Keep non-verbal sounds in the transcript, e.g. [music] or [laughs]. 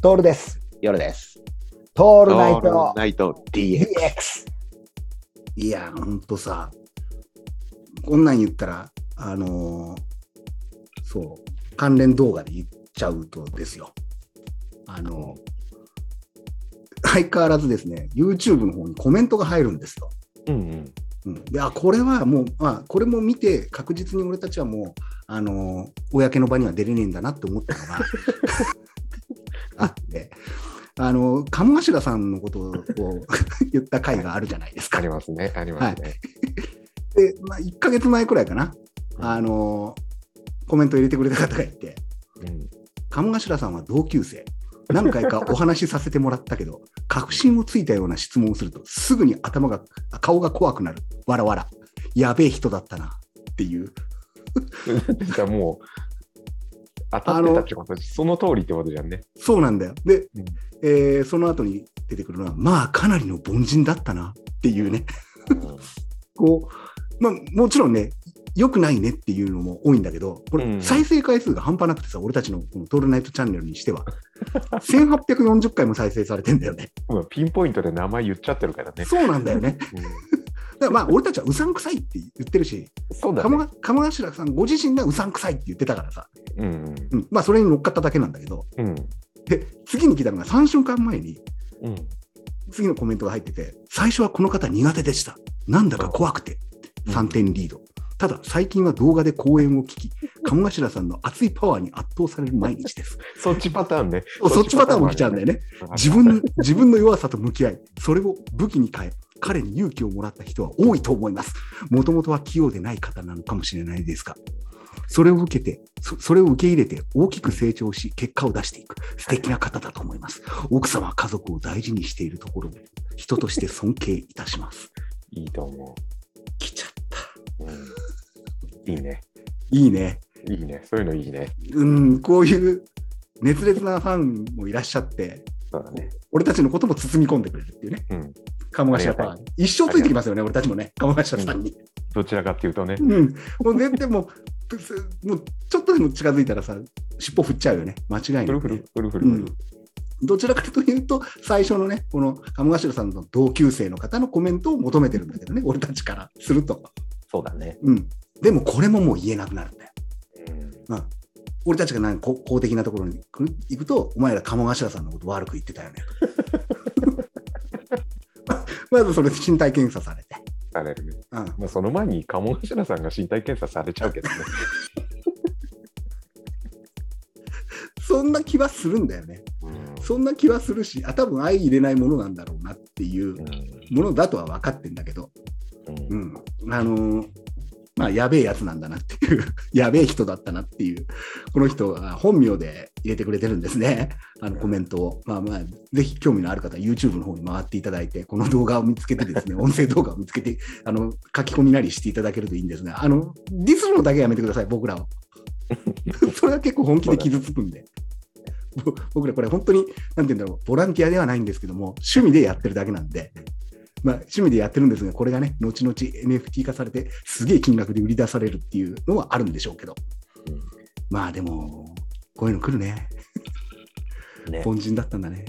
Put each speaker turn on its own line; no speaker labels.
トールです。
夜です。
ト
オ
ールナイト
ナイト
DX。
DX。
いや、ほんとさ、こんなん言ったら、あのーそう、関連動画で言っちゃうとですよ。あのー相変わらずですね、YouTube の方にコメントが入るんですよ。
うん
う
うん。
ん、いや、これはもう、まあ、これも見て、確実に俺たちはもう、あのー公の場には出れねえんだなって思ったの
[laughs]
があって、あのー鴨頭さんのことを言った回があるじゃないですか
あ。りますね。ありますね。
で、まあ、1ヶ月前くらいかな、
うん
あのコメント入れてくれた方がいて、
うん
鴨頭さんは同級生、何回かお話しさせてもらったけど、確信をついたような質問をすると、すぐに頭が、顔が怖くなる、わらわら、やべえ人だったなっていう、
じゃあもう、当たってたってことその通りってことじゃんね。
そうなんだよ。で、
うん
えーその後に出てくるのは、まあ、かなりの凡人だったなっていうね、 [laughs] こう、まあ、もちろんね、良くないねっていうのも多いんだけど、こ
う
れ、
ん
再生回数が半端なくてさ、俺たちのこのトールナイトチャンネルにしては、1840回も再生されてんだよね。
うんピンポイントで名前言っちゃってるからね。
そうなんだよね。
う
だからまあ、俺たちはうさんくさいって言ってるし、
んそうだね
鴨。鴨頭さんご自身がうさんくさいって言ってたからさ、
うん
うん、まあ、それに乗っかっただけなんだけど、
うん。うん
で、次に来たのが3週間前に、
うん。
次のコメントが入ってて、最初はこの方苦手でした。なんだか怖くて。
うん
3点リード。ただ、最近は動画で講演を聞 [laughs] き、鴨頭さんの熱いパワーに圧倒される毎日です。
そっちパターンね。
そっちパターンも来ちゃうんだよね。自分の、自分の弱さと向き合い、それを武器に変え、彼に勇気をもらった人は多いと思います。もともとは器用でない方なのかもしれないですが、それを受けて、そそれを受け入れて大きく成長し、結果を出していく素敵な方だと思います。奥様、家族を大事にしているところを人として尊敬いたします。
いいと思
来ちゃった。
う。うんいいね。
いいね。
いいね。そういうのいいね。
うん、こういう熱烈なファンもいらっしゃって、
そうだね。
俺たちのことも包み込んでくれるっていうね。
うん。
鴨頭パ
あ
ワー。一生ついてきますよね、俺たちもね、鴨頭さんに。
どちらかっていうとね
う。ん。もう全然もう、すもうちょっとでも近づいたらさ、尻尾振っちゃうよね。間違いない、
ふるふ
ね
る。、ふるふる
う
ふ
ん
る。
どちらかというと、最初のね、この鴨頭さんの同級生の方のコメントを求めてるんだけどね、俺たちからすると。
そうだね。
うん。でもこれももう言えなくなるんだよ。
うん
うん。俺たちがなんかこう公的なところに来る行くと、お前ら鴨頭さんのこと悪く言ってたよね。
[laughs]
まずそれで身体検査されて。
されるね。
うん。
まあ、その前に鴨頭さんが身体検査されちゃうけどね。
そんな気はするんだよね。そんな気はするし、あ、多分相入れないものなんだろうなっていうものだとは分かってんだけど、
うん
うん。あのーまあ、やべえやつなんだなっていう、 [laughs] やべえ人だったなっていう、この人が本名で入れてくれてるんですね、あのコメントを。まあまあ、ぜひ興味のある方は YouTube の方に回っていただいて、この動画を見つけて
[laughs]
ですね、音声動画を見つけて、あの、書き込みなりしていただけるといいんですが、あの、ディスるのだけやめてください、僕ら
[laughs]
を。それは結構本気で傷つくんで。ぼ僕らこれ本当に、なんて言うんだろう、ボランティアではないんですけども、趣味でやってるだけなんで、まあ、趣味でやってるんですが、これがね、後々 NFT 化されて、すげえ金額で売り出されるっていうのはあるんでしょうけど、
うん
まあでも、こういうの来るね。
ね
凡人だったんだね。